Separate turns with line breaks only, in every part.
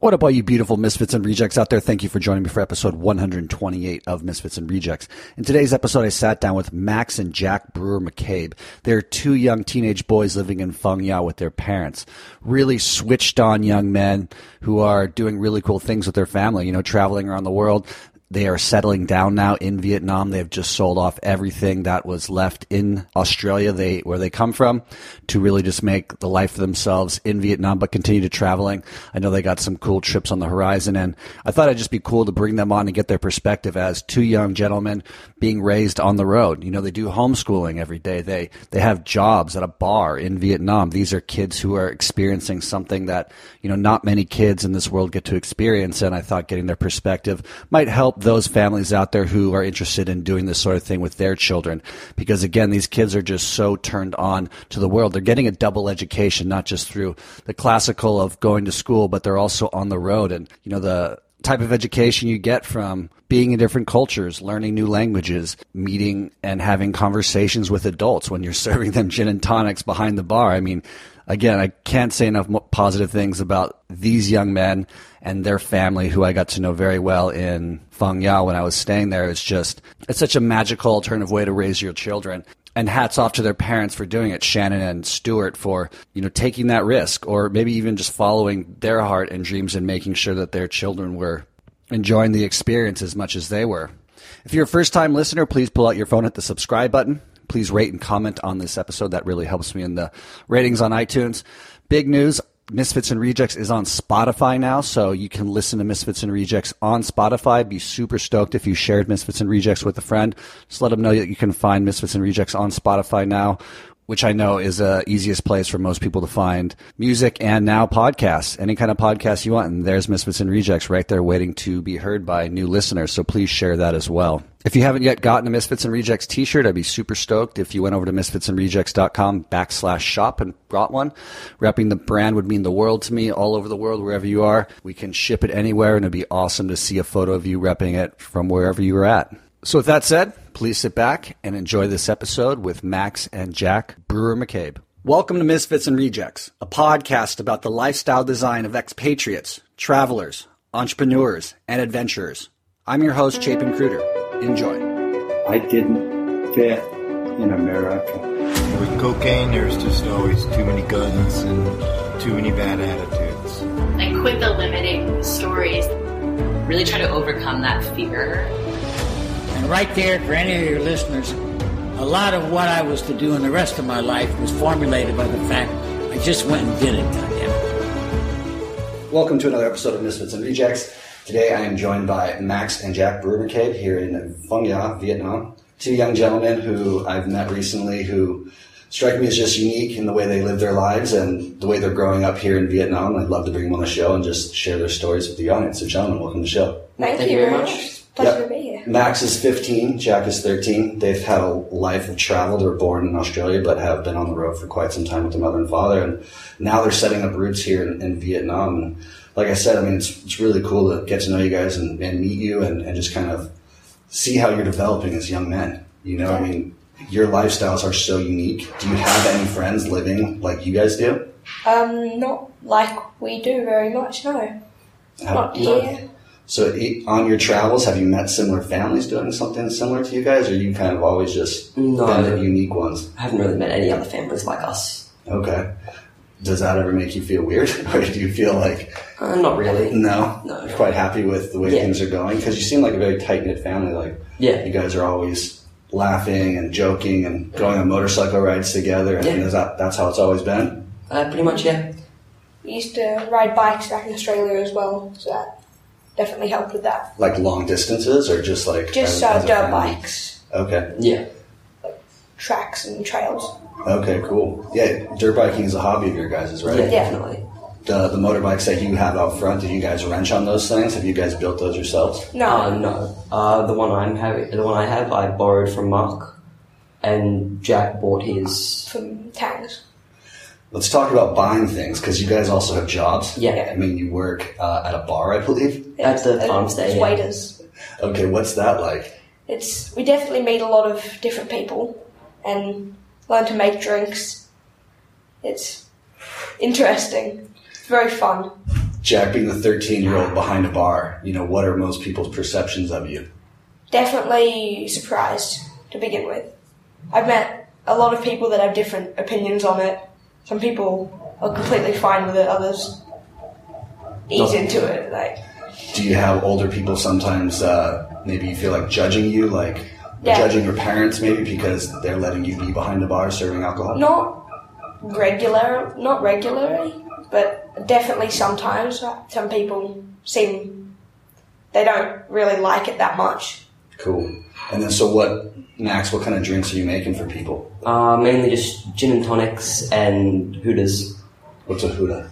What up, all you beautiful misfits and rejects out there? Thank you for joining me for episode 128 of Misfits and Rejects. In today's episode, I sat down with Max and Jack Brewer McCabe. They're two young teenage boys living in Fengyao with their parents. Really switched on young men who are doing really cool things with their family, you know, traveling around the world. They are settling down now in Vietnam. They have just sold off everything that was left in Australia, they where they come from, to really just make the life for themselves in Vietnam, but continue to traveling. I know they got some cool trips on the horizon, and I thought it'd just be cool to bring them on and get their perspective as two young gentlemen being raised on the road. You know, they do homeschooling every day. They they have jobs at a bar in Vietnam. These are kids who are experiencing something that you know not many kids in this world get to experience. And I thought getting their perspective might help those families out there who are interested in doing this sort of thing with their children. Because again, these kids are just so turned on to the world. They're getting a double education, not just through the classical of going to school, but they're also on the road. And, you know, the type of education you get from being in different cultures, learning new languages, meeting and having conversations with adults when you're serving them gin and tonics behind the bar. I mean, again, I can't say enough mo- positive things about these young men and their family, who I got to know very well in Fang Yao when I was staying there. It's just, it's such a magical alternative way to raise your children. And hats off to their parents for doing it, Shannon and Stuart for, you know, taking that risk or maybe even just following their heart and dreams and making sure that their children were enjoying the experience as much as they were. If you're a first time listener, please pull out your phone at the subscribe button please rate and comment on this episode. That really helps me in the ratings on iTunes. Big news Misfits and Rejects is on Spotify now, so you can listen to Misfits and Rejects on Spotify. Be super stoked if you shared Misfits and Rejects with a friend. Just let them know that you can find Misfits and Rejects on Spotify now. Which I know is the easiest place for most people to find music and now podcasts, any kind of podcast you want. And there's Misfits and Rejects right there waiting to be heard by new listeners. So please share that as well. If you haven't yet gotten a Misfits and Rejects t-shirt, I'd be super stoked if you went over to misfitsandrejects.com backslash shop and brought one. Wrapping the brand would mean the world to me all over the world, wherever you are. We can ship it anywhere and it'd be awesome to see a photo of you repping it from wherever you were at. So with that said, please sit back and enjoy this episode with Max and Jack Brewer McCabe. Welcome to Misfits and Rejects, a podcast about the lifestyle design of expatriates, travelers, entrepreneurs, and adventurers. I'm your host, Chapin Cruder. Enjoy.
I didn't fit in America.
With cocaine, there's just always too many guns and too many bad attitudes.
I quit the limiting stories. Really try to overcome that fear.
And right there, for any of your listeners, a lot of what I was to do in the rest of my life was formulated by the fact I just went and did it, goddammit.
Welcome to another episode of Misfits and Rejects. Today I am joined by Max and Jack Brewer McCabe here in Phong Ya, Vietnam. Two young gentlemen who I've met recently who strike me as just unique in the way they live their lives and the way they're growing up here in Vietnam. I'd love to bring them on the show and just share their stories with the audience. So, gentlemen, welcome to the show.
Thank, Thank you very much. Pleasure yep. to be here.
Max is 15, Jack is 13. They've had a life of travel. They were born in Australia, but have been on the road for quite some time with their mother and father. And now they're setting up roots here in, in Vietnam. And, like I said, I mean, it's, it's really cool to get to know you guys and, and meet you and, and just kind of see how you're developing as young men. You know, I mean, your lifestyles are so unique. Do you have any friends living like you guys do?
Um, not like we do very much, no. How, not here.
So, on your travels, have you met similar families doing something similar to you guys, or you kind of always just
no,
been the unique ones?
I haven't really met any other families like us.
Okay does that ever make you feel weird, or do you feel like
uh, not really?
No,
no.
You're quite happy with the way
Yeah.
things are going because you seem like a very tight knit family. Like,
Yeah.
you guys are always laughing and joking and going on motorcycle rides together. And
Yeah.
is that that's how it's always been?
Uh, pretty much, yeah.
We used to ride bikes back in Australia as well, so that definitely helped with that.
Like long distances, or just like as-
Just uh,
as a
dirt
family?
bikes,
Okay,
Yeah.
tracks, and trails.
okay, cool. Yeah, dirt biking is a hobby of your guys', right?
Yeah,
Yeah.
definitely.
The the motorbikes that you have out front, do you guys wrench on those things? Have you guys built those yourselves?
No,
Uh, no. Uh, the one I'm having, the one I have, I borrowed from Mark, and Jack bought his.
from tangs.
Let's talk about buying things because you guys also have jobs.
Yeah.
I mean, you work uh, at a bar, I believe.
That's the
It's-
farm
it's
stay, yeah.
Waiters.
Okay, what's that like?
It's we definitely meet a lot of different people and learn to make drinks. It's interesting. It's very fun.
Jack being the 13 year old behind a bar, you know, what are most people's perceptions of you?
Definitely surprised to begin with. I've met a lot of people that have different opinions on it. Some people are completely fine with it, others ease into it. Like,
Do you have older people sometimes uh, maybe you feel like judging you, like
Yeah.
judging your parents maybe because they're letting you be behind the bar serving alcohol?
not regular, not regularly, but definitely sometimes. Some people seem they don't really like it that much.
Cool. And then, so what, Max, what kind of drinks are you making for people?
Uh, mainly just gin and tonics and hooters,
What's a Huda?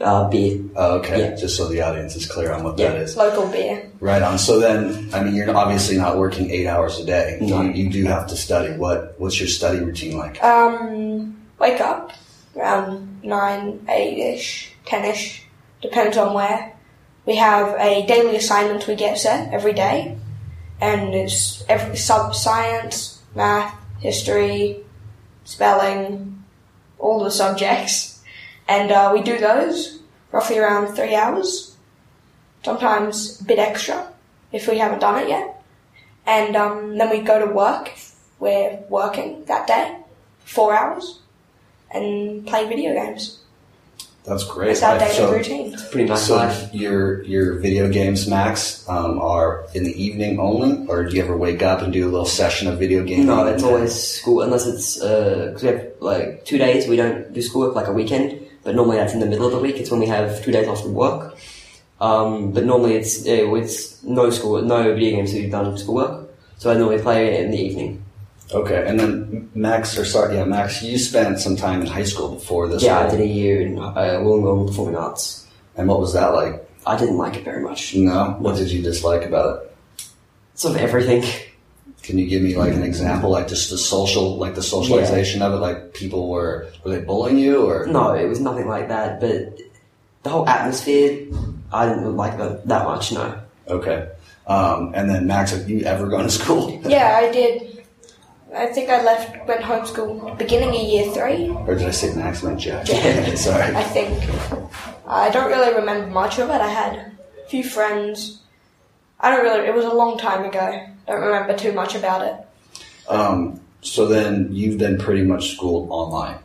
uh, beer.
Oh, okay.
Yeah.
Just so the audience is clear on what that
Yeah.
is.
Local beer.
Right on. So then, I mean, you're obviously not working eight hours a day.
No.
You, you do have to study. What What's your study routine like?
Um, wake up around nine, eight ish, ten ish, depends on where. We have a daily assignment we get set every day, and it's every sub science, math, history, spelling, all the subjects, and uh, we do those roughly around three hours, sometimes a bit extra if we haven't done it yet, and um, then we go to work if we're working that day four hours and play video games.
That's great.
That's our
Right.
daily
so,
routine.
Pretty nice life.
so your your video games, Max, um, are in the evening only, or do you ever wake up and do a little session of video games?
No, it's always school, unless it's, because we have like two days we don't do schoolwork, like a weekend, but normally that's in the middle of the week, it's when we have two days off from work. Um, but normally it's, yeah, it's no school, no video games to be done schoolwork, so I normally play it in the evening.
Okay, and then Max, or sorry, yeah, Max, you spent some time in high school before this.
yeah, I
role.
did a year in uh, Wollongong Performing Arts.
And what was that like?
I didn't like it very much.
No, what did you dislike about it?
Sort of everything.
Can you give me like an example, like just the social, like the socialization of it? Like people were were they bullying you or?
No, it was nothing like that, but the whole atmosphere, I didn't like that, that much, no.
Okay. Um, and then Max, have you ever gone to school?
Yeah, I did. I think I left went homeschool beginning of year three.
Or did I say Max? My Jack.
Yeah.
Sorry.
I think I don't really remember much of it. I had a few friends. I don't really. It was a long time ago. Don't remember too much about it.
Um, so then you've been pretty much schooled online.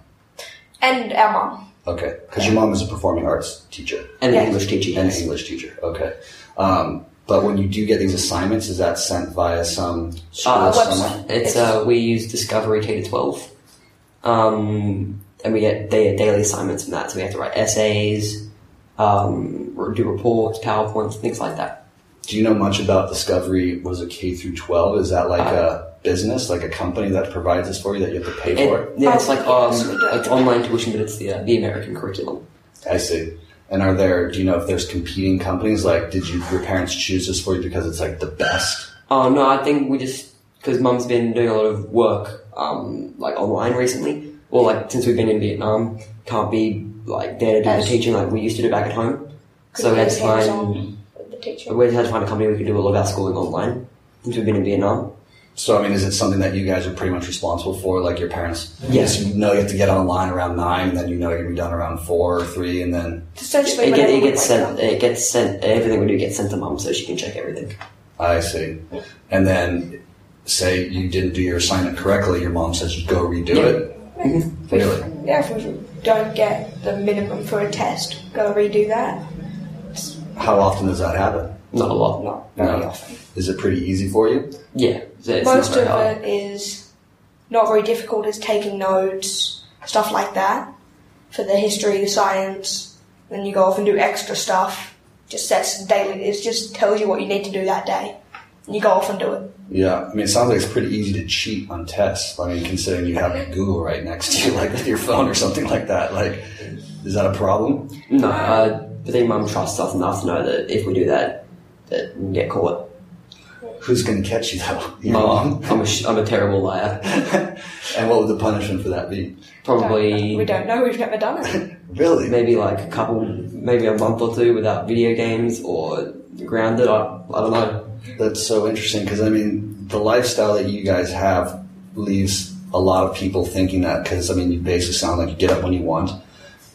And our mum.
Okay. Because your mom is a performing arts teacher
And
Yeah.
an English teacher,
and
yes.
an English teacher. Okay. Um, but when you do get these assignments, is that sent via some school
Uh,
website.
somewhere?
It's uh, we use Discovery K to twelve, um, and we get da- daily assignments from that. So we have to write essays, um, r- do reports, PowerPoints, things like that.
Do you know much about Discovery? Was it K through twelve? Is that like a business, like a company that provides this for you that you have to pay
Uh, It-
for?
yeah, it's
Oh,
like um,
yes, we do.
it's online tuition, but it's the uh, the American curriculum.
I see. And are there? Do you know if there's competing companies? Like, did you your parents choose this for you because it's like the best?
Oh no, I think we just because Mum's been doing a lot of work, um, like online recently, or like since we've been in Vietnam, can't be like there to do
Yes.
the teaching like we used to do back at home. So we had to
Hands on
find
with the teacher.
we had to find a company we could do all of our schooling online since we've been in Vietnam.
So I mean, is it something that you guys are pretty much responsible for? Like your parents?
Yes.
You know you have to get online around nine, and then you know you're gonna be done around four or three, and then
It's essentially
It, get,
whenever
it
we
gets
wake up.
sent. It gets sent. Everything we do gets sent to mum, so she can check everything.
I see. And then say you didn't do your assignment correctly, your mom says go redo
Yeah.
it. Really?
Yeah, if we don't get the minimum for a test, go redo that.
How often does that happen?
Not a lot.
Not very
No.
often.
Is it pretty easy for you?
Yeah. So it's
Most
not very
of
hard.
it is not very difficult. It's taking notes, stuff like that, for the history, the science. Then you go off and do extra stuff. Just sets daily. It just tells you what you need to do that day. And you go off and do it.
Yeah, I mean, it sounds like it's pretty easy to cheat on tests. I mean, considering you have Google right next to you, like with your phone or something like that. Like, is that a problem?
No, uh, I think mum trusts us enough to know that if we do that, that we'll get caught.
Who's going to catch you though? Your
Mum,
mom.
I'm a, sh- I'm a terrible liar.
and what would the punishment for that be?
Probably
We don't know. We've never done it.
Really?
maybe like a couple, maybe a month or two without video games or grounded. I, I don't know.
That's so interesting because I mean, the lifestyle that you guys have leaves a lot of people thinking that because I mean, you basically sound like you get up when you want,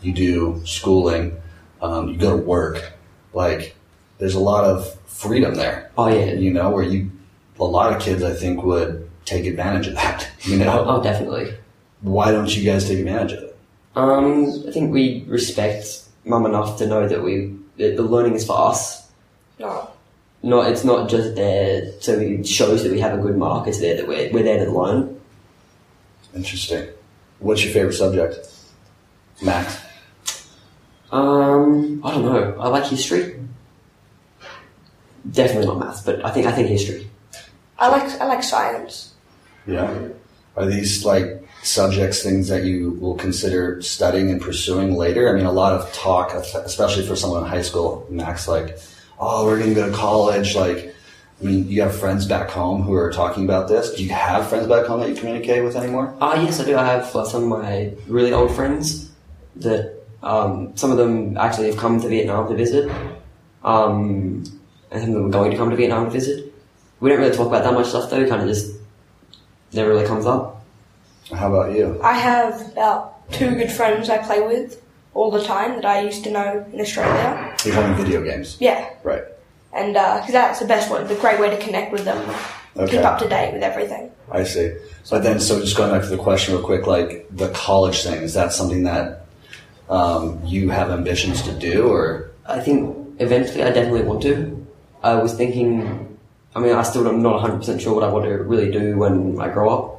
you do schooling, um, you go to work, like there's a lot of freedom there,
Oh yeah.
you know, where you a lot of kids I think would take advantage of that. You know,
Oh, definitely.
why don't you guys take advantage of it?
Um, I think we respect mum enough to know that we that the learning is for us.
No.
Not it's not just there so it shows that we have a good mark. It's there that we're we're there to learn.
Interesting. What's your favorite subject, Max?
Um, I don't know. I like history. Definitely not maths, but I think I think history.
I like I like science.
Yeah. Are these like subjects things that you will consider studying and pursuing later? I mean, a lot of talk, especially for someone in high school, Max, like, oh, we're going to go to college. Like, I mean, you have friends back home who are talking about this. Do you have friends back home that you communicate with anymore?
Ah, yes, I do. I have like, some of my really old friends that um, some of them actually have come to Vietnam to visit, um, and some of them are going to come to Vietnam to visit. We don't really talk about that much stuff though. Kind of just never really comes up.
How about you?
I have about two good friends I play with all the time that I used to know in Australia.
You're playing video games.
Yeah,
Right.
and because that's the best way, the great way to connect with them,
Okay.
keep up to date with everything.
I see. But then, so just going back to the question real quick, like the college thing, is that something that um, you have ambitions to do or?
I think eventually I definitely want to. I was thinking, I mean, I still am not 100% sure what I want to really do when I grow up.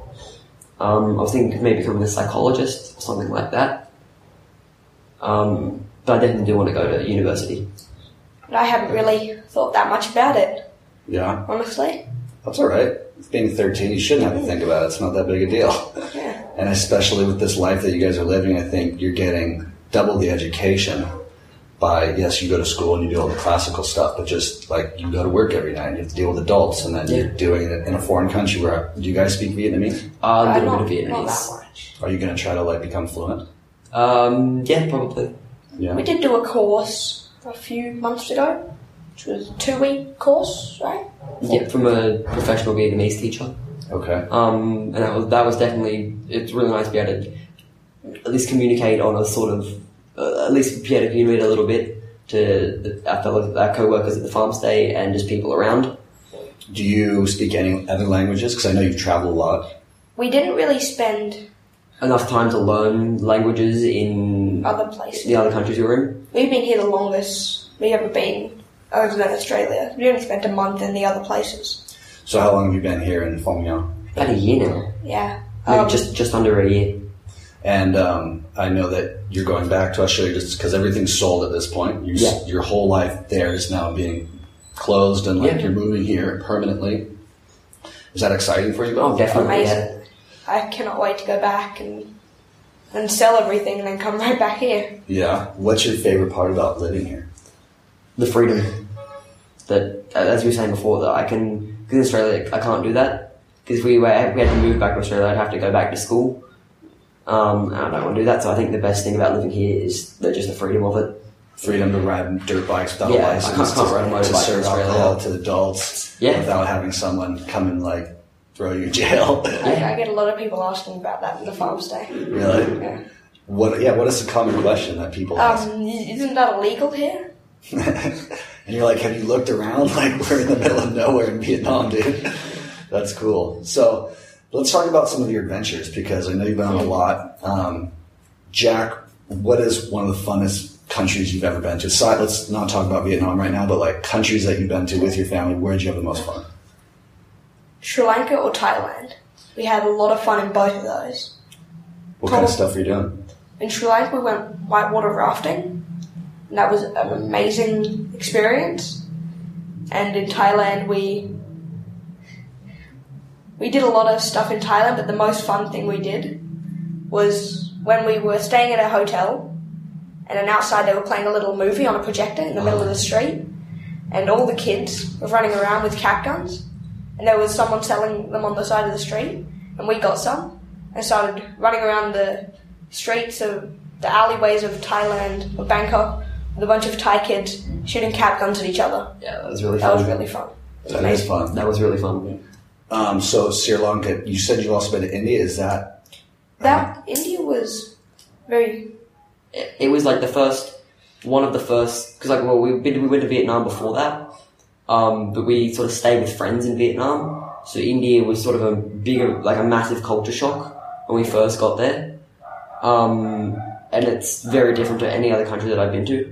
Um, I was thinking maybe becoming a psychologist or something like that. Um, but I definitely do want to go to university.
But I haven't really thought that much about it,
Yeah.
honestly.
That's all right. Being 13, you shouldn't have to think about it. It's not that big a deal.
Yeah.
And especially with this life that you guys are living, I think you're getting double the education by, yes, you go to school and you do all the classical stuff, but just like you go to work every night and you have to deal with adults and then you're doing it in a foreign country where, do you guys speak Vietnamese?
Uh, a
But
little
not,
bit of
not that
Vietnamese.
much.
Are you going to try to like become fluent?
Um, yeah, probably.
Yeah.
We did do a course a few months ago, which was a two week course, right?
Yeah, from a professional Vietnamese teacher.
Okay.
Um, and that was that was definitely it's really nice to be able to at least communicate on a sort of uh, at least be able to communicate a little bit to the, our fellow our co-workers at the farm stay and just people around.
Do you speak any other languages? Because I know you've traveled a lot.
We didn't really spend
Enough time to learn languages in
other places.
the other countries we were in.
We've been here the longest we've ever been, other than Australia. We only spent a month in the other places.
So how long have you been here in Phong Nha?
About a year now,
Yeah.
Maybe
Um,
just just under a year.
And um, I know that you're going back to Australia just because everything's sold at this point. You,
Yeah.
Your whole life there is now being closed, and like
Yeah.
you're moving here permanently. Is that exciting for you?
Oh, definitely. Yeah.
Amazing. I cannot wait to go back and and sell everything and then come right back here.
Yeah. What's your favorite part about living here?
the freedom that, uh, as you were saying before, that I can, because in Australia I can't do that. Because if we, were, we had to move back to Australia, I'd have to go back to school. Um, and I don't want to do that, so I think the best thing about living here is the, just the freedom of it.
Freedom to ride dirt bikes without
Yeah,
a
I
license,
can't- can't
to,
ride a
to
motorbike in
serve
Australia.
alcohol to adults
Yeah.
without having someone come and like throw you in jail.
I, I get a lot of people asking about that at the farm stay.
really?
Yeah.
What? Yeah. What is the common question that people ask?
Um, isn't that illegal here?
and you're like, have you looked around? Like, we're in the middle of nowhere in Vietnam, dude. That's cool. So, let's talk about some of your adventures because I know you've been on a lot. Um, Jack, what is one of the funnest countries you've ever been to? So, let's not talk about Vietnam right now, but like countries that you've been to with your family, where'd you have the most fun?
Sri Lanka or Thailand? We had a lot of fun in both of those.
What kind of stuff were you doing?
In Sri Lanka, we went whitewater rafting, and that was an amazing experience. And in Thailand, we we did a lot of stuff in Thailand, but the most fun thing we did was when we were staying at a hotel, and then outside they were playing a little movie on a projector in the middle of the street, and all the kids were running around with cap guns, and there was someone selling them on the side of the street, and we got some and started running around the streets of the alleyways of Thailand or Bangkok with a bunch of Thai kids shooting cap guns at each other.
Yeah, that was really
That
fun.
was really fun.
That is fun.
That was really fun.
Um, so, Sri Lanka, you said you've also been to India. Is that
That India was very
It, it was like the first one of the first because like well we been, we went to Vietnam before that, um, but we sort of stayed with friends in Vietnam. So India was sort of a bigger like a massive culture shock when we first got there, um, and it's very different to any other country that I've been to.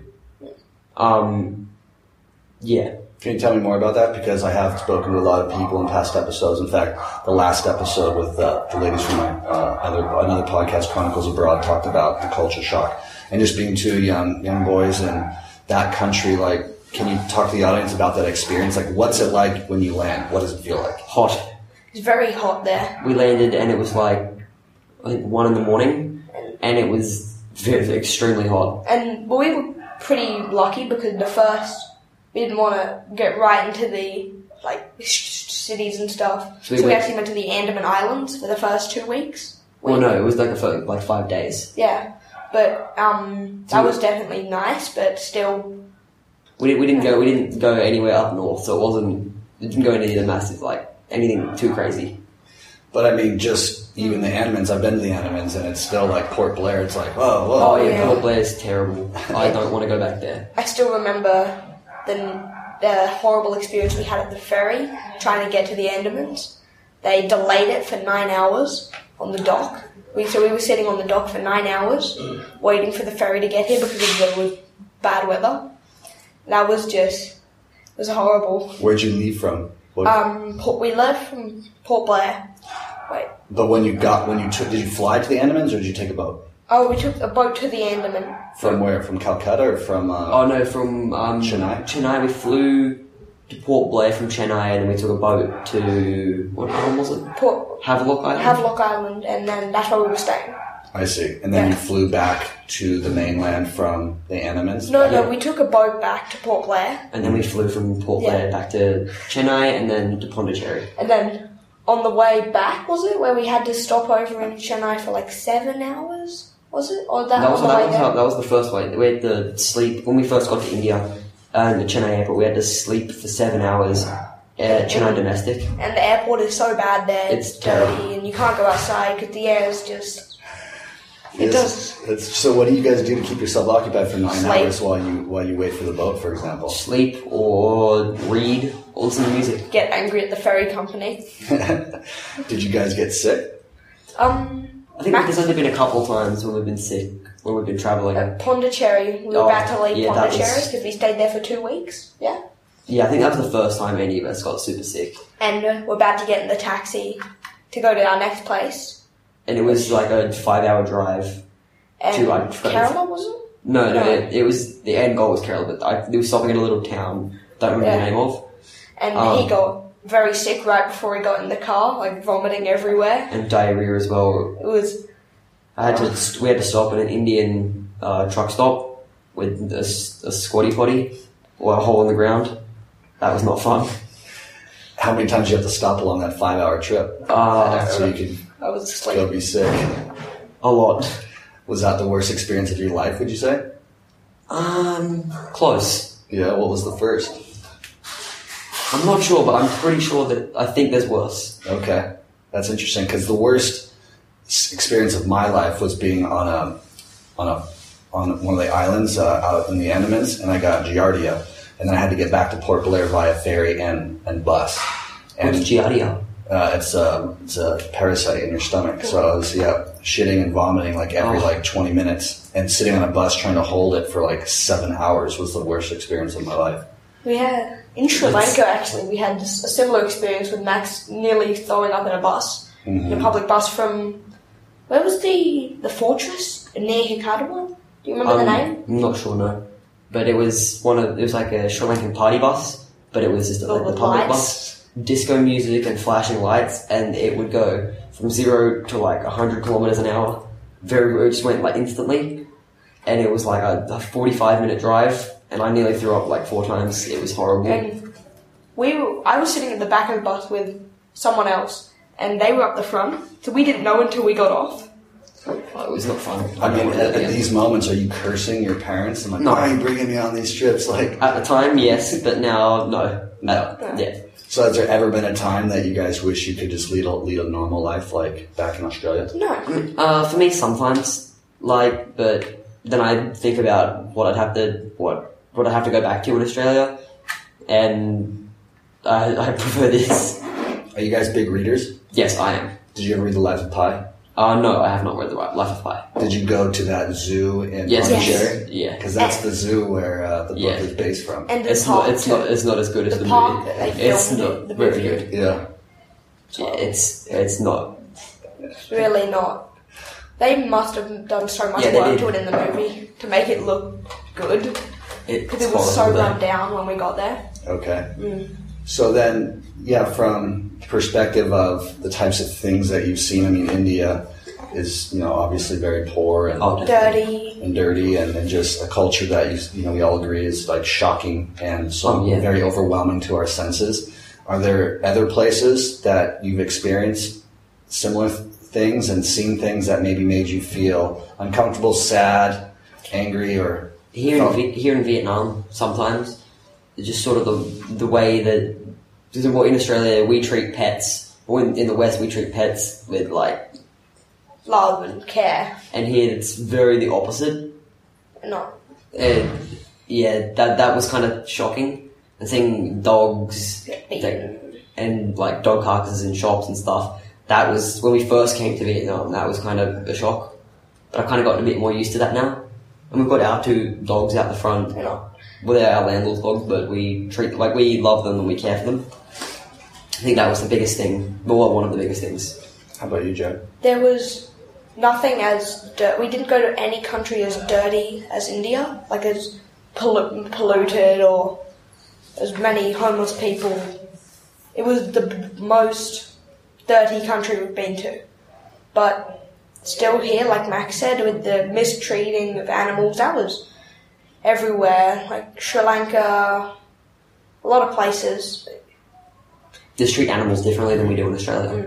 Um, yeah.
Can you tell me more about that? Because I have spoken to a lot of people in past episodes. In fact, the last episode with uh, the ladies from my uh, other, another podcast, Chronicles Abroad, talked about the culture shock and just being two young young boys in that country. Like, can you talk to the audience about that experience? Like, what's it like when you land? What does it feel like?
Hot.
It's very hot there.
we landed and it was like I think one in the morning, and it was very, extremely hot.
And well, we were pretty lucky because the first we didn't want to get right into the like sh- sh- cities and stuff.
So
So
we
we,
went-
actually went to the Andaman Islands for the first two weeks.
Well, no, it was like a fo- like five days.
Yeah, but um, that was definitely nice. But still,
We didn't, we didn't go we didn't go anywhere up north, so it wasn't it didn't go into the massive like anything too crazy.
But I mean, just even the Andamans. I've been to the Andamans, and it's still like Port Blair. It's like, whoa, whoa.
Oh yeah,
yeah.
Port Blair is terrible. I don't want to go back there.
I still remember the the horrible experience we had at the ferry trying to get to the Andamans. They delayed it for nine hours on the dock. We, so we were sitting on the dock for nine hours waiting for the ferry to get here because of the bad weather. That was just it was horrible.
Where'd you leave from? What,
Um, Port, we left from Port Blair. Wait.
but when you got when you took, did you fly to the Andamans or did you take a boat?
Oh, we took a boat to the Andaman.
From where? From Calcutta or from? Uh,
Oh no, from um,
Chennai?
Chennai, we flew to Port Blair from Chennai, and then we took a boat to what island was it?
Port
Havelock Island.
Havelock Island, and then that's where we were staying.
I see. And then you
Yeah.
flew back to the mainland from the Andamans.
No,
Yeah.
no, we took a boat back to Port Blair.
And then we flew from Port
Yeah.
Blair back to Chennai and then to Pondicherry.
And then on the way back, was it where we had to stop over in Chennai for like seven hours? Was it or that,
That was,
on the
that,
way
was how,
there?
that was the first way. We had to sleep when we first got to India and the Chennai airport. We had to sleep for seven hours at Chennai domestic.
And the airport is so bad there.
It's terrible.
dirty, and you can't go outside because the air is just.
Yes.
It does.
It's- so what do you guys do to keep yourself occupied for nine
Sleep.
hours while you while you wait for the boat, for example?
Sleep or read or listen to music.
Get angry at the ferry company.
Did you guys get sick?
Um,
I think there's only been a couple times when we've been sick when we've been traveling.
at Pondicherry, we were
Oh,
about to leave
yeah, that was-
Pondicherry because we stayed there for two weeks. Yeah,
Yeah, I think that was the first time any of us got super sick,
and uh, we're about to get in the taxi to go to our next place.
and it was like a five-hour drive.
And
Two hours.
Kerala was it?
No, no,
No.
it, it was the end goal was Kerala, but I, they were stopping at a little town. Don't remember the
Yeah.
name of.
And
Um,
he got very sick right before he got in the car, like vomiting everywhere.
and diarrhea as well.
It was
I had to we had to stop at an Indian uh, truck stop with a, s- a squatty potty or a hole in the ground. That was not fun.
How many times did you have to stop along that five hour trip
Uh,
so you could
I was just
go
like
be sick?
a lot.
Was that the worst experience of your life? Would you say?
Um, close.
Yeah. What was the first?
I'm not sure, but I'm pretty sure that I think there's worse.
Okay, that's interesting because the worst s- experience of my life was being on a on a on one of the islands uh, out in the Andamans, and I got giardia, and then I had to get back to Port Blair via ferry and and bus. And
What's giardia?
uh, it's a it's a parasite in your stomach. So I was yeah shitting and vomiting like every
Oh.
like twenty minutes, and sitting on a bus trying to hold it for like seven hours was the worst experience of my life.
we had in Sri
That's-
Lanka actually we had a similar experience with Max nearly throwing up in a bus, in a
Mm-hmm.
public bus from where was the the fortress near Hikadawa? Do you remember the name?
Um, I'm not sure, no. But it was one of it was like a Sri Lankan party bus, but it was just like the
with
public
lights.
bus, disco music and flashing lights, and it would go from zero to like hundred kilometers an hour. Very, it just went like instantly, and it was like a, a forty-five minute drive, and I nearly threw up like four times. It was horrible.
And we were, I was sitting at the back of the bus with someone else, and they were up the front, so we didn't know until we got off.
Oh, it was not fun.
I mean, at, at
Yeah.
these moments, are you cursing your parents? I'm like,
No.
why are you bringing me on these trips? Like,
at the time, yes, but now no. Uh, yeah.
So has there ever been a time that you guys wish you could just lead a lead a normal life like back in Australia?
No,
Uh, for me, sometimes, like, but then I think about what I'd have to what what I have to go back to in Australia, and I, I prefer this.
Are you guys big readers?
Yes, I am.
Did you ever read The Life of Pi?
Uh, no, I have not read the Ri- Life of Pi.
Did you go to that zoo in
Yes,
Yes.
Pondicherry?
yeah.
Because that's the zoo where uh, the book
Yeah.
is based from.
And the
It's
park.
not. It's
too.
not. It's not as good as
The
the,
park
movie.
that they
It's
filmed it,
not
the
very
movie.
good.
yeah.
Yeah, It's it's not.
It's really not. They must have done so much
Yeah, they
work to
did.
it in the movie to make it look good
It's
because it was so
horrible, though.
run down when we got there.
Okay. So then, yeah, from perspective of the types of things that you've seen, I mean, India is you know obviously very poor and
Oh,
Dirty.
and dirty, and, and just a culture that you, you know we all agree is like shocking and so
Oh, yeah.
very overwhelming to our senses. Are there other places that you've experienced similar th- things and seen things that maybe made you feel uncomfortable, sad, angry, or
here
Oh.
in, Vi- here in Vietnam sometimes it's just sort of the the way that because in- well, in Australia we treat pets or in, in the West we treat pets with like
Love and care.
and here it's very the opposite
Not
and Uh, yeah that that was kind of shocking and seeing dogs that,
beaten.
and like dog carcasses in shops and stuff that was when we first came to Vietnam that was kind of a shock but I've kind of gotten a bit more used to that now and we've got our two dogs out the front
You know,
well, they're our landlord's dogs, but we treat like we love them and we care for them. I think that was the biggest thing. Well, one of the biggest things.
how about you, Joe?
there was nothing as dirt. We didn't go to any country as dirty as India, like as pollu- polluted or as many homeless people. It was the b- most dirty country we've been to, but still here, like Max said, with the mistreating of animals, that was everywhere, like Sri Lanka, a lot of places.
Just treat animals differently than we do in Australia.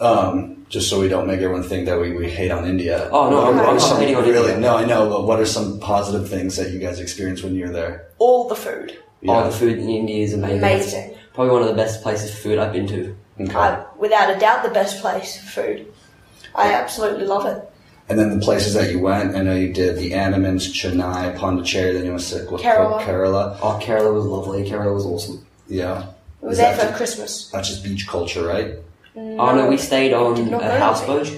Um, just so we don't make everyone think that we, we hate on India.
Oh no, I'm, I'm
What are
just
some-
hating on
really,
India.
no, I know. But what are some positive things that you guys experienced when you're there?
All the food,
Oh, the food in India is amazing.
amazing.
It's probably one of the best places for food I've been to.
Okay.
I, without a doubt, the best place for food. I absolutely love it.
And then the places that you went, I know you did the Andamans, Chennai, Pondicherry. Then you went to Kerala.
Kerala.
Kerala.
Oh, Kerala was lovely. Kerala was awesome.
Yeah,
We were
Is
there
that
for
ju-
Christmas.
that's just beach culture, right?
Oh no, we stayed
Did
on
not
a
know
houseboat.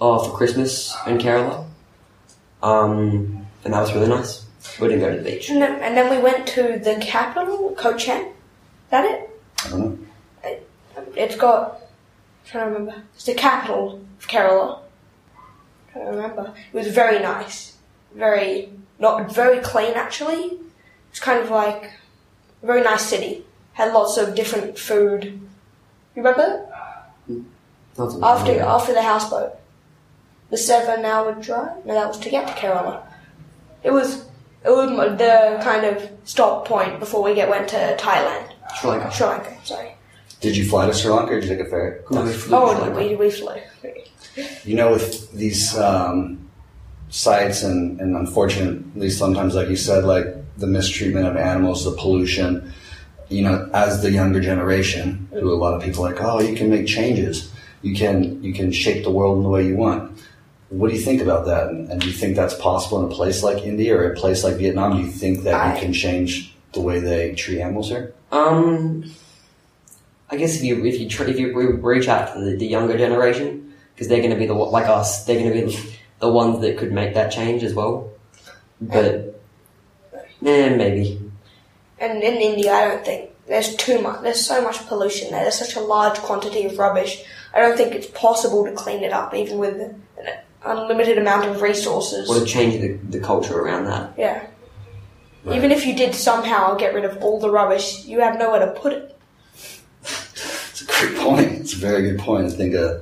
Oh, for Christmas in Kerala. Um, and that was really nice. We didn't go to the beach.
And then, and then we went to the capital, Cochin. Is that it?
I don't know.
It's got. I'm trying to remember. It's the capital of Kerala. i trying to remember. It was very nice. Very. Not very clean, actually. It's kind of like. A very nice city. Had lots of different food. You remember?
Not to-
After
yeah.
after the houseboat, the seven-hour drive. No, that was to get to Kerala. It was it was m- the kind of stop point before we get went to Thailand,
Sri Lanka.
Sri Lanka. Sorry.
Did you fly to Sri Lanka or did you take a ferry?
No, we flew to Sri
Oh,
Lanka.
we we flew.
You know, with these um, sites and, and unfortunately sometimes, like you said, like the mistreatment of animals, the pollution, you know, as the younger generation, who a lot of people are like, oh, you can make changes. You can you can shape the world in the way you want. What do you think about that? And, and do you think that's possible in a place like India or a place like Vietnam? Do you think that
I-
you can change the way they treat animals here?
Um, I guess if you if you tr- if you re- reach out to the, the younger generation, because they're going to be the one- like us, they're going to be the, the ones that could make that change as well. But eh, maybe
And in India, I don't think there's too much. There's so much pollution there. There's such a large quantity of rubbish. I don't think it's possible to clean it up, even with an unlimited amount of resources.
want to change the, the culture around that.
Yeah. Even if you did somehow get rid of all the rubbish, you have nowhere to put it.
It's a great point. It's a very good point. I think uh,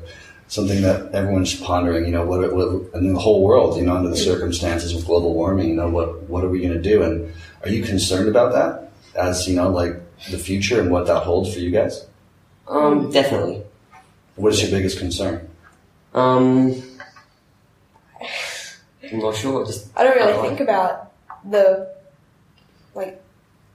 something that everyone's pondering. You know, what, what in the whole world, you know, under the circumstances of global warming, you know, what what are we going to do? And are you concerned about that? As you know, like the future and what that holds for you guys.
Um, definitely.
What is your biggest concern?
Um, I'm not sure. Just
I don't really
Oh.
think about the like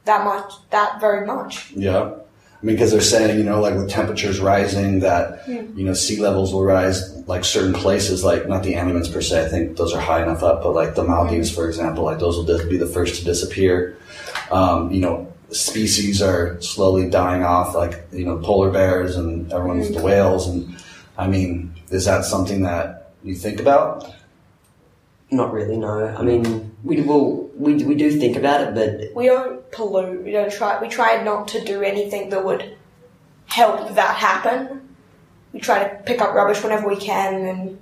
that much, that very much.
Yeah, I mean, because they're saying, you know, like with temperatures rising, that you know sea levels will rise. Like certain places, like not the Andamans per se. I think those are high enough up, but like the Maldives, for example, like those will just be the first to disappear. Um, you know, species are slowly dying off, like you know, polar bears and everyone's the whales. And I mean, is that something that you think about?
Not really, no. I mean, we will we, we do think about it, but
We don't pollute. We don't try. We try not to do anything that would help that happen. We try to pick up rubbish whenever we can and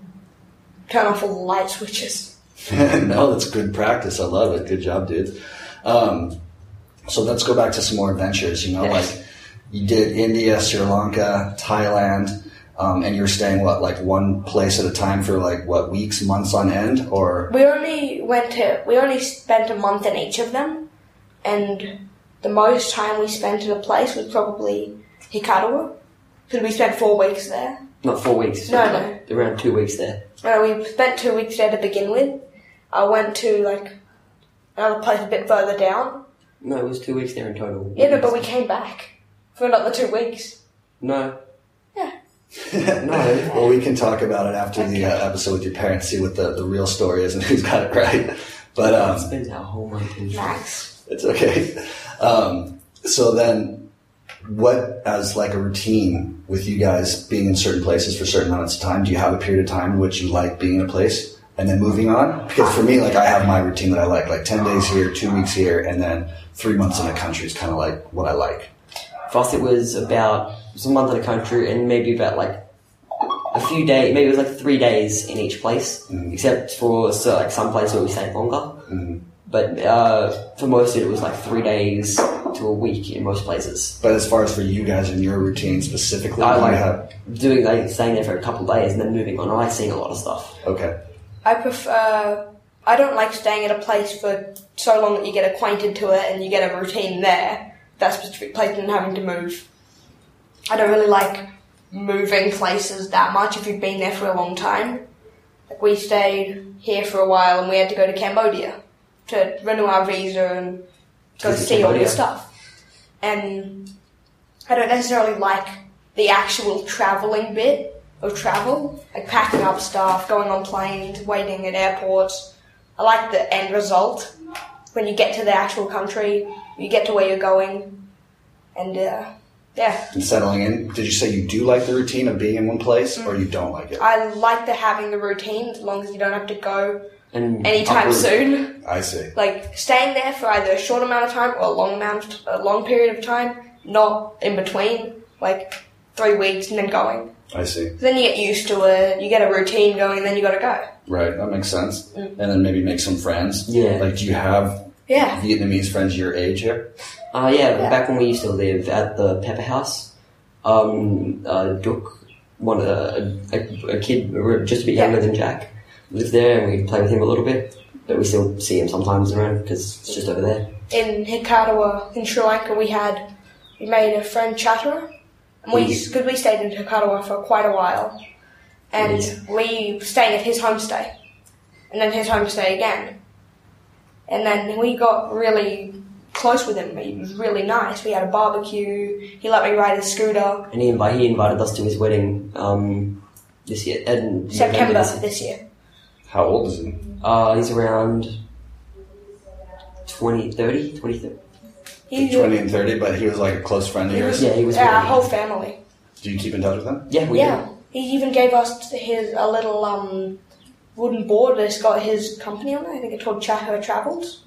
turn off all the light switches.
no, that's good practice. I love it. Good job, dude. Um, so let's go back to some more adventures. You know,
Yes.
like you did India, Sri Lanka, Thailand, um, and you were staying what, like one place at a time for like what weeks, months on end, or
We only went to. We only spent a month in each of them, and the most time we spent in a place was probably Hikawa, because we spent four weeks there.
not four weeks.
No,
like around two weeks there.
Uh, we spent two weeks there to begin with. I went to like another place a bit further down.
No, it was two weeks there in total.
Yeah, no, but we came back for another two weeks.
no,
no. well, we can talk about it after the uh, episode with your parents, see what the, the real story is and who's got it right. But um,
spends our whole month in
Max.
It's okay. Um, so then, what as like a routine with you guys being in certain places for certain amounts of time? Do you have a period of time in which you like being in a place and then moving on? Because for me, like I have my routine that I like, like ten days here, two weeks here, and then three months in a country is kind of like what I like.
For us, it was about it was a month in a country and maybe about like a few days, maybe it was like three days in each place, except for so like some places where we stayed longer. But uh, for most of it, it was like three days to a week in most places.
But as far as for you guys and your routine specifically,
I
do you
like
have-
doing like staying there for a couple of days and then moving on. I like seeing a lot of stuff.
okay.
I prefer. I don't like staying at a place for so long that you get acquainted to it and you get a routine there. That specific place and having to move. I don't really like moving places that much if you've been there for a long time. Like we stayed here for a while and we had to go to Cambodia to renew our visa and go
Visit
see all
Cambodia.
this stuff. And I don't necessarily like the actual traveling bit of travel, like packing up stuff, going on planes, waiting at airports. I like the end result when you get to the actual country, you get to where you're going, and uh, yeah,
And settling in, did you say you do like the routine of being in one place, or you don't like it?
I like the having the routine as long as you don't have to go
And
anytime
upward-
soon.
I see.
like staying there for either a short amount of time or a long amount of a long period of time, not in between, like three weeks and then going.
I see.
Then you get used to it, you get a routine going, and then you gotta go.
Right, that makes sense.
Mm.
And then maybe make some friends.
Yeah.
Like, do you have
Yeah.
Vietnamese friends your age here?
Uh, yeah, back when we used to live at the Pepper House, um, uh, Duke, one uh, a, a kid we were just a bit younger than Jack, lived there and we played with him a little bit, but we still see him sometimes around because it's just over there.
In Hikarawa, in Sri Lanka, we had we made a friend Chattera, and we
Mm.
because we stayed in Hikarawa for quite a while, and we stayed at his homestay, and then his homestay again, and then we got really close with him. He was really nice. We had a barbecue. He let me ride his scooter.
And he, invi- he invited us to his wedding um, this year. In
September
November this year.
this year.
How old is he?
Uh, he's around 20, 30, 20, 30.
He's
Twenty and thirty, but he was like a close friend of yours.
Yeah, he was
yeah, our
really-
whole family.
Do you keep in touch with him?
Yeah, we
yeah,
do.
he even gave us his a little um wooden board that's got his company on it. I think it's called Chaho Travels.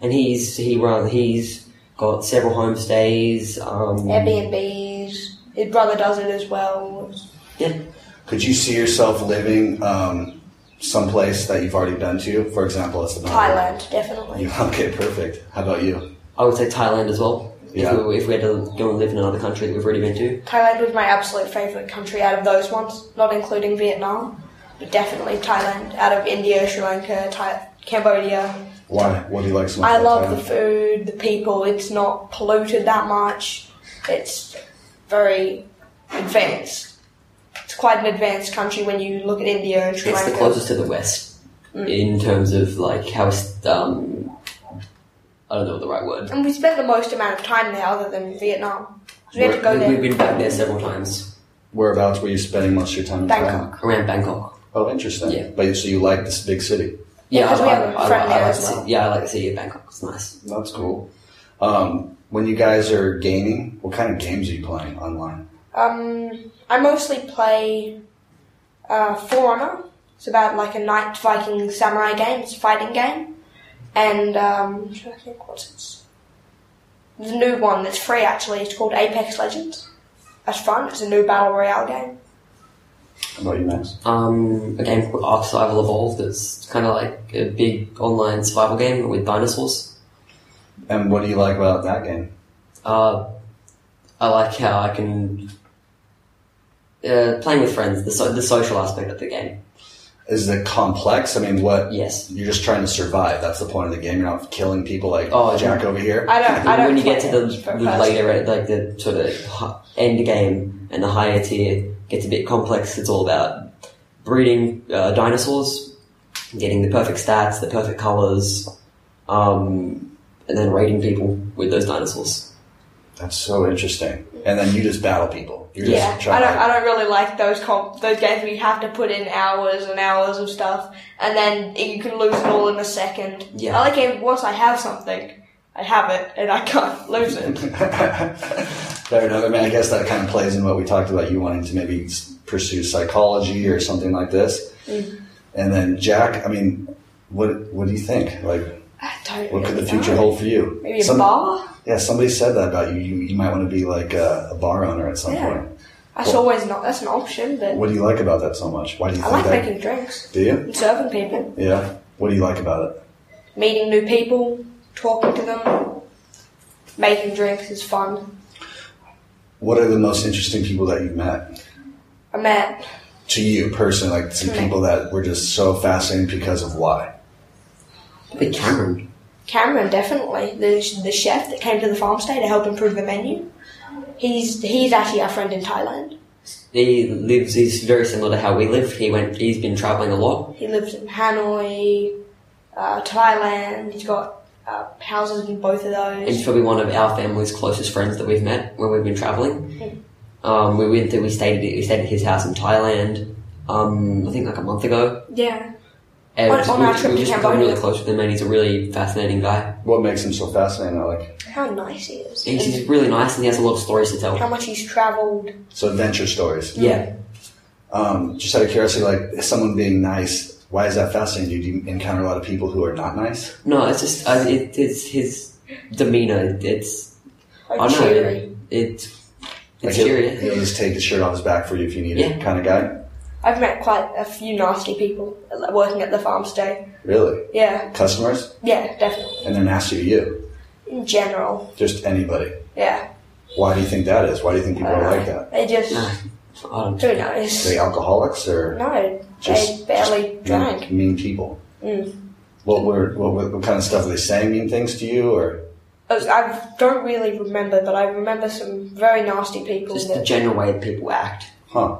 And he's, he run, he's got several homestays. Um,
Airbnbs. His brother does it as well.
Yeah.
Could you see yourself living um, someplace that you've already been to? For example, it's the
Thailand, definitely.
You- okay, perfect. How about you?
I would say Thailand as well.
Yeah.
If, we, if we had to go and live in another country that we've already been to,
Thailand was my absolute favourite country out of those ones, not including Vietnam, but definitely Thailand. Out of India, Sri Lanka, Thai- Cambodia.
Why? What do you like so much
I
about
love the
Thailand?
food, the people. It's not polluted that much. It's very advanced. It's quite an advanced country when you look at India and Sri
it's
Lanka.
the closest to the West
Mm.
in terms of like how it's. Um, I don't know the right word.
And we spent the most amount of time there, other than Vietnam. So we had to go
We've
there.
been back there several times
Whereabouts were you spending most of your time in Thailand?
Bangkok.
around Bangkok.
Oh, interesting.
Yeah.
But so you like this big city?
Yeah, 'cause we
I,
have a
I,
friend
I, I
there
like
as
the city-
well.
yeah, I like the city of Bangkok. It's nice.
That's cool. Um, when you guys are gaming, what kind of games are you playing online?
Um, I mostly play uh, For Honor. It's about like a knight Viking samurai game. It's a fighting game. And um, should I think what's it? The new one that's free actually. It's called Apex Legends. That's fun. It's a new battle royale game.
How about you, Max?
um, a game called Ark Survival Evolved. It's kind of like a big online survival game with dinosaurs.
And what do you like about that game?
Uh, I like how I can uh, playing with friends, the so- the social aspect of the game.
Is it complex? I mean, what?
Yes.
You're just trying to survive. That's the point of the game. You're not killing people like
Oh,
Jack over here.
I don't. I don't.
when you
play
get to the,
it for
the
first.
later, end- like the sort of hi- end game and the higher tier gets a bit complex. It's all about breeding uh, dinosaurs, getting the perfect stats, the perfect colors, um, and then raiding people with those dinosaurs.
That's so interesting. And then you just battle people. You're
Yeah,
just
I
trying
don't. I don't really like those comp- those games where you have to put in hours and hours of stuff, and then you can lose it all in a second.
Yeah.
I like it once I have something, I have it, and I can't lose it.
Fair enough. I mean, I guess that kind of plays in what we talked about. You wanting to maybe s- pursue psychology or something like this.
Mm-hmm.
And then Jack, I mean, what what do you think? Like,
I don't
what could
really
the future
know.
hold for you?
Maybe a
Some-
bar.
Yeah, somebody said that about you. You, you might want to be like a, a bar owner at some
Yeah.
point.
That's always not. That's an option, but
What do you like about that so much? Why do you
I
think
like
that?
making drinks
do you?
and serving people,
Yeah. What do you like about it?
meeting new people, talking to them. Making drinks is fun.
What are the most interesting people that you've met?
I met
To you personally, like some
Hmm.
people that were just so fascinating because of why?
Oh.
Big Cameron.
Cameron, definitely the the chef that came to the farm stay to help improve the menu. He's he's actually our friend in Thailand.
He lives. He's very similar to how we live. He went. He's been traveling a lot.
He lives in Hanoi, uh, Thailand. He's got uh, houses in both of
He's
those.
probably one of our family's closest friends that we've met when we've been traveling. Um, we went. To, we stayed. at- We stayed at his house in Thailand. Um, I think like a month ago.
Yeah,
And
On-
we just-
on
we
our
just-
trip
we
to
just got
Cambodia.
really close with him, and he's a really fascinating guy.
What makes him so fascinating? I like
how nice he is.
He's,
And
he's really nice, and he has a lot of stories to
how
tell.
much he's travelled.
so adventure stories.
Yeah,
Um, just out of curiosity, like someone being nice, why is that fascinating? Do you encounter a lot of people who are not nice?
no, it's just uh, it, it's his demeanor. It's
Like
I don't know.
cheery.
It, it's
Like
it's
he'll-
cheery.
He'll just take his shirt off his back for you if you need it,
Yeah.
kind of guy.
I've met quite a few nasty people at- like, working at the farm stay.
Really,
Yeah,
customers,
yeah, definitely.
and they're nasty to you,
In general,
just anybody.
yeah,
Why do you think that is? Why do you think people are like that?
they just
No, I don't.
who
Are
knows?
they alcoholics or
No, they
Just-
barely drank.
mean, mean people?
Mm.
What were what, were- what kind of stuff were they saying? Mean things to you or?
I- I don't really remember, but I remember some very nasty people.
Just the
That,
general way people act.
Huh.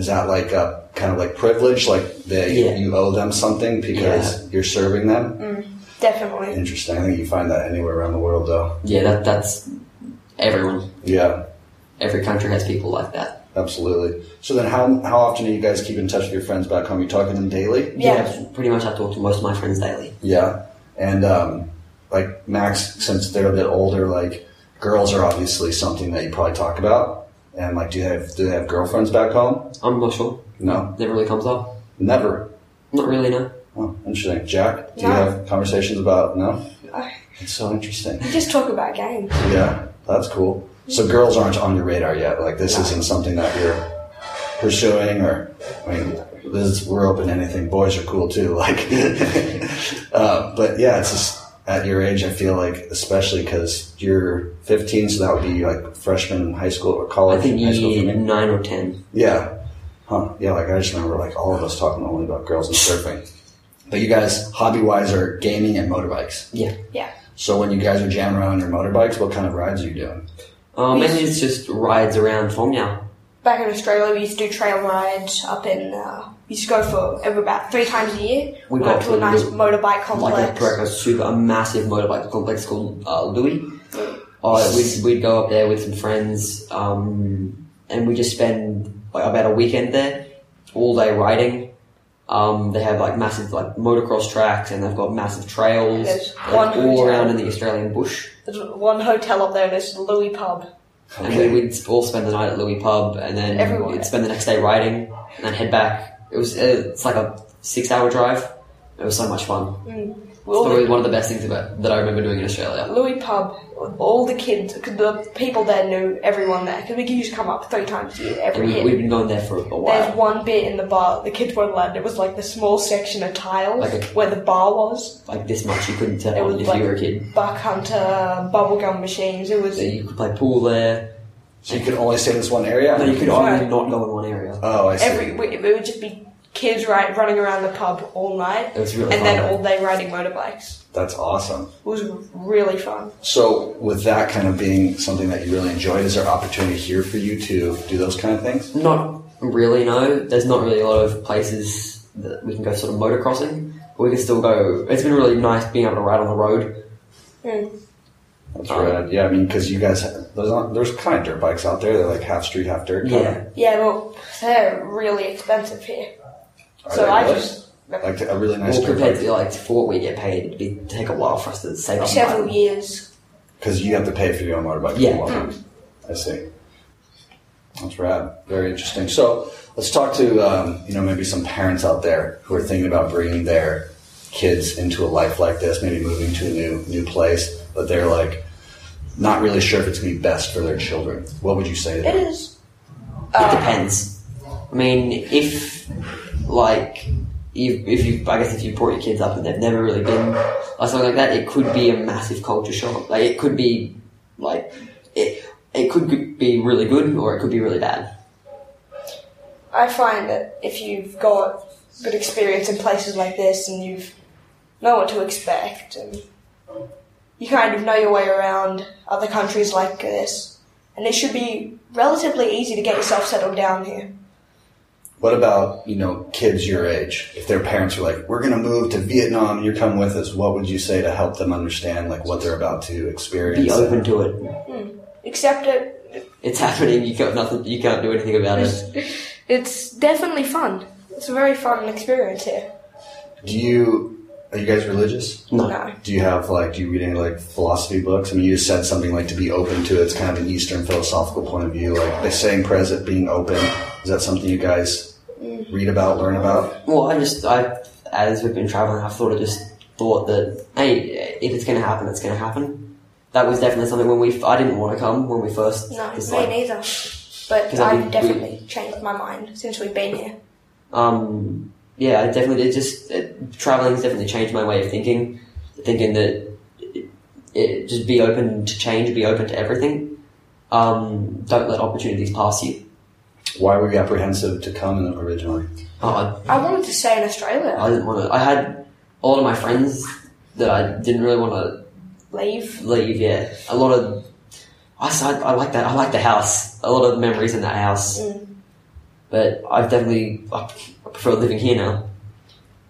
Is that like a kind of like privilege? Like they
Yeah.
you owe them something because you're serving them?
definitely.
Interesting. I think you find that anywhere around the world though.
Yeah, that that's everyone.
Yeah,
Every country has people like that.
absolutely. So then how how often do you guys keep in touch with your friends back home? You talk to them daily?
Yeah.
pretty much. I talk to most of my friends daily.
Yeah. And um like Max, since they're a bit older, like girls are obviously something that you probably talk about. And like do they have do they have girlfriends back home?
I'm not sure.
No.
Never really comes up.
Never.
Not really. No.
Oh, interesting. Jack, do you
No.
have conversations about no? It's so interesting.
We Just talk about games.
Yeah, that's cool. So girls aren't on your radar yet. Like this isn't something that you're pursuing, or I mean, this is, we're open to anything. Boys are cool too. Like, uh, but yeah, it's just at your age. I feel like, especially because you're 15, so that would be like freshman in high school or
I
college.
think
high school for
year
me.
nine or ten.
Yeah. Huh. Yeah. Like I just remember like all of us talking only about girls and surfing. But you guys, hobby wise, are gaming and motorbikes.
Yeah.
So when you guys are jamming around on your motorbikes, what kind of rides are you doing?
Um, mainly it's just rides around Fomnia.
Back in Australia, we used to do trail rides up in. Uh, we used to go for every about three times a year.
We
went
got
to a nice
the-
motorbike
Like a,
complex.
like a super massive motorbike complex called uh, Louis. Uh, we'd, we'd go up there with some friends, um, and we just spend like about a weekend there, all day riding. Um, they have like massive like motocross tracks, and they've got massive trails
There's
like,
one
all
hotel.
around in the Australian bush.
There's one hotel up there, and it's the Louis Pub.
And we, we'd all spend the night at Louis Pub, and then
Everyone.
we'd spend the next day riding, and then head back. It was uh, it's like a six-hour drive. It was so much fun.
We all
It's probably one of the best things about, that I remember doing in Australia.
Louis Pub, all the kids, 'cause the people there knew everyone there, because we could just come up three times a year,
And
every
we,
year.
we'd been going there for a
There's
while.
one bit in the bar that the kids weren't allowed. It was like the small section of tiles
Like a-
where the bar was.
Like this much, you couldn't turn
It
on
was
if
like-
you were a kid.
Buck Hunter, bubblegum machines. It was
So you could play pool there.
So you could only stay in this one area?
No, you could
Right.
only not go in one area.
oh, I see.
every. we- It would just be kids right running around the pub all night,
It was really
and
fun.
then all day riding motorbikes.
That's awesome.
It was really fun.
So, with that kind of being something that you really enjoyed, is there opportunity here for you to do those kind of things?
Not really, no. There's not really a lot of places that we can go sort of motocrossing, but we can still go. It's been really nice being able to ride on the road.
That's
Uh-huh.
right. Yeah, I mean, because you guys, there's not, there's kind of dirt bikes out there. They're like half street, half dirt. kinda.
Yeah.
Yeah, but they're really expensive here.
Are
So
they
I
really?
just
like a really nice
Well,
dirt
compared
bike
to like for what we get paid, it'd be, take a while for us to save up.
several
money.
years.
because you have to pay for your own motorbike.
Yeah.
I see. That's rad. Very interesting. So let's talk to um, you know maybe some parents out there who are thinking about bringing their kids into a life like this, maybe moving to a new new place, but they're like not really sure if it's going to be best for their children. What would you say to
It
them?
is.
It depends. I mean, if like you, if you, I guess if you brought your kids up and they've never really been or something like that, it could be a massive culture shock. Like it could be like it, it could be really good or it could be really bad.
I find that if you've got good experience in places like this and you've know what to expect and you kind of know your way around other countries like this, and it should be relatively easy to get yourself settled down here.
What about you know kids your age? If their parents were like, "We're going to move to Vietnam, you come with us," what would you say to help them understand like what they're about to experience?
Be open to it.
Except it,
It's happening. You got nothing. You can't do anything about it.
it's definitely fun. It's a very fun experience here.
Do you are you guys religious?
No.
Do you have like do you read any like philosophy books? I mean, you just said something like to be open to. It's kind of an Eastern philosophical point of view, like the saying present, being open. Is that something you guys read about, learn about?
Well, I just, I, as we've been traveling, I've sort of just thought that, hey, if it's going to happen, it's going to happen. That was definitely something when we, I didn't want to come when we first.
No, me
just like,
neither. But
Because I
I've
think
definitely changed my mind since we've been here.
Um, yeah, it definitely, it just, it, traveling's definitely changed my way of thinking. Thinking that, it, it, just be open to change, be open to everything. Um, don't let opportunities pass you.
Why were you apprehensive to come originally?
Uh,
I wanted to stay in Australia.
I, I didn't want to, I had a lot of my friends that I didn't really want to
Leave.
leave. Yeah, a lot of. I s- I- I like that. I like the house. A lot of memories in that house. But I've definitely I p- I prefer living here now.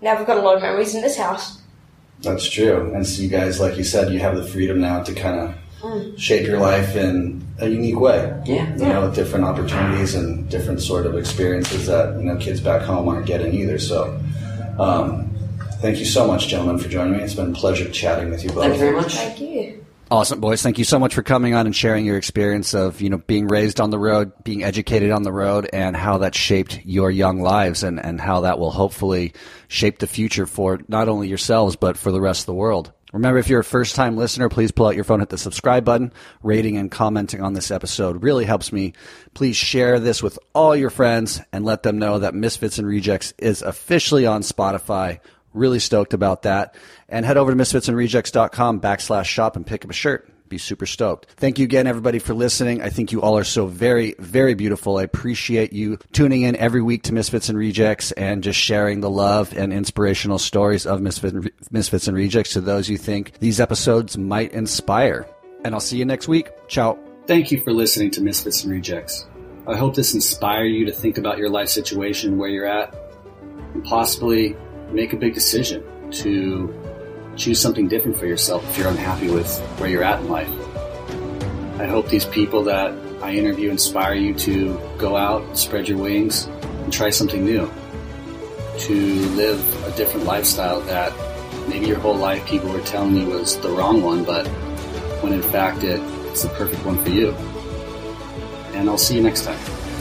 Now we've got a lot of memories in this house.
That's true. And so you guys, like you said, you have the freedom now to kind of shape your life in a unique way.
Yeah.
You know, with different opportunities and different sort of experiences that you know kids back home aren't getting either. So, um, thank you so much, gentlemen, for joining me. It's been a pleasure chatting with you both.
Thank you very much.
Thank you.
Awesome, boys. Thank you so much for coming on and sharing your experience of, you know, being raised on the road, being educated on the road, and how that shaped your young lives and, and how that will hopefully shape the future for not only yourselves, but for the rest of the world. Remember, if you're a first time listener, please pull out your phone, hit the subscribe button. Rating and commenting on this episode really helps me. Please share this with all your friends and let them know that Misfits and Rejects is officially on Spotify. Really stoked about that. And head over to misfitsandrejects.com backslash shop and pick up a shirt. Be super stoked. Thank you again, everybody, for listening. I think you all are so very, very beautiful. I appreciate you tuning in every week to Misfits and Rejects and just sharing the love and inspirational stories of Misfit and Re- Misfits and Rejects to those you think these episodes might inspire. And I'll see you next week. Ciao.
Thank you for listening to Misfits and Rejects. I hope this inspired you to think about your life situation, where you're at, and possibly make a big decision to choose something different for yourself if you're unhappy with where you're at in life.
I hope these people that I interview inspire you to go out, spread your wings, and try something new. To live a different lifestyle that maybe your whole life people were telling you was the wrong one, but when in fact it, it's the perfect one for you. And I'll see you next time.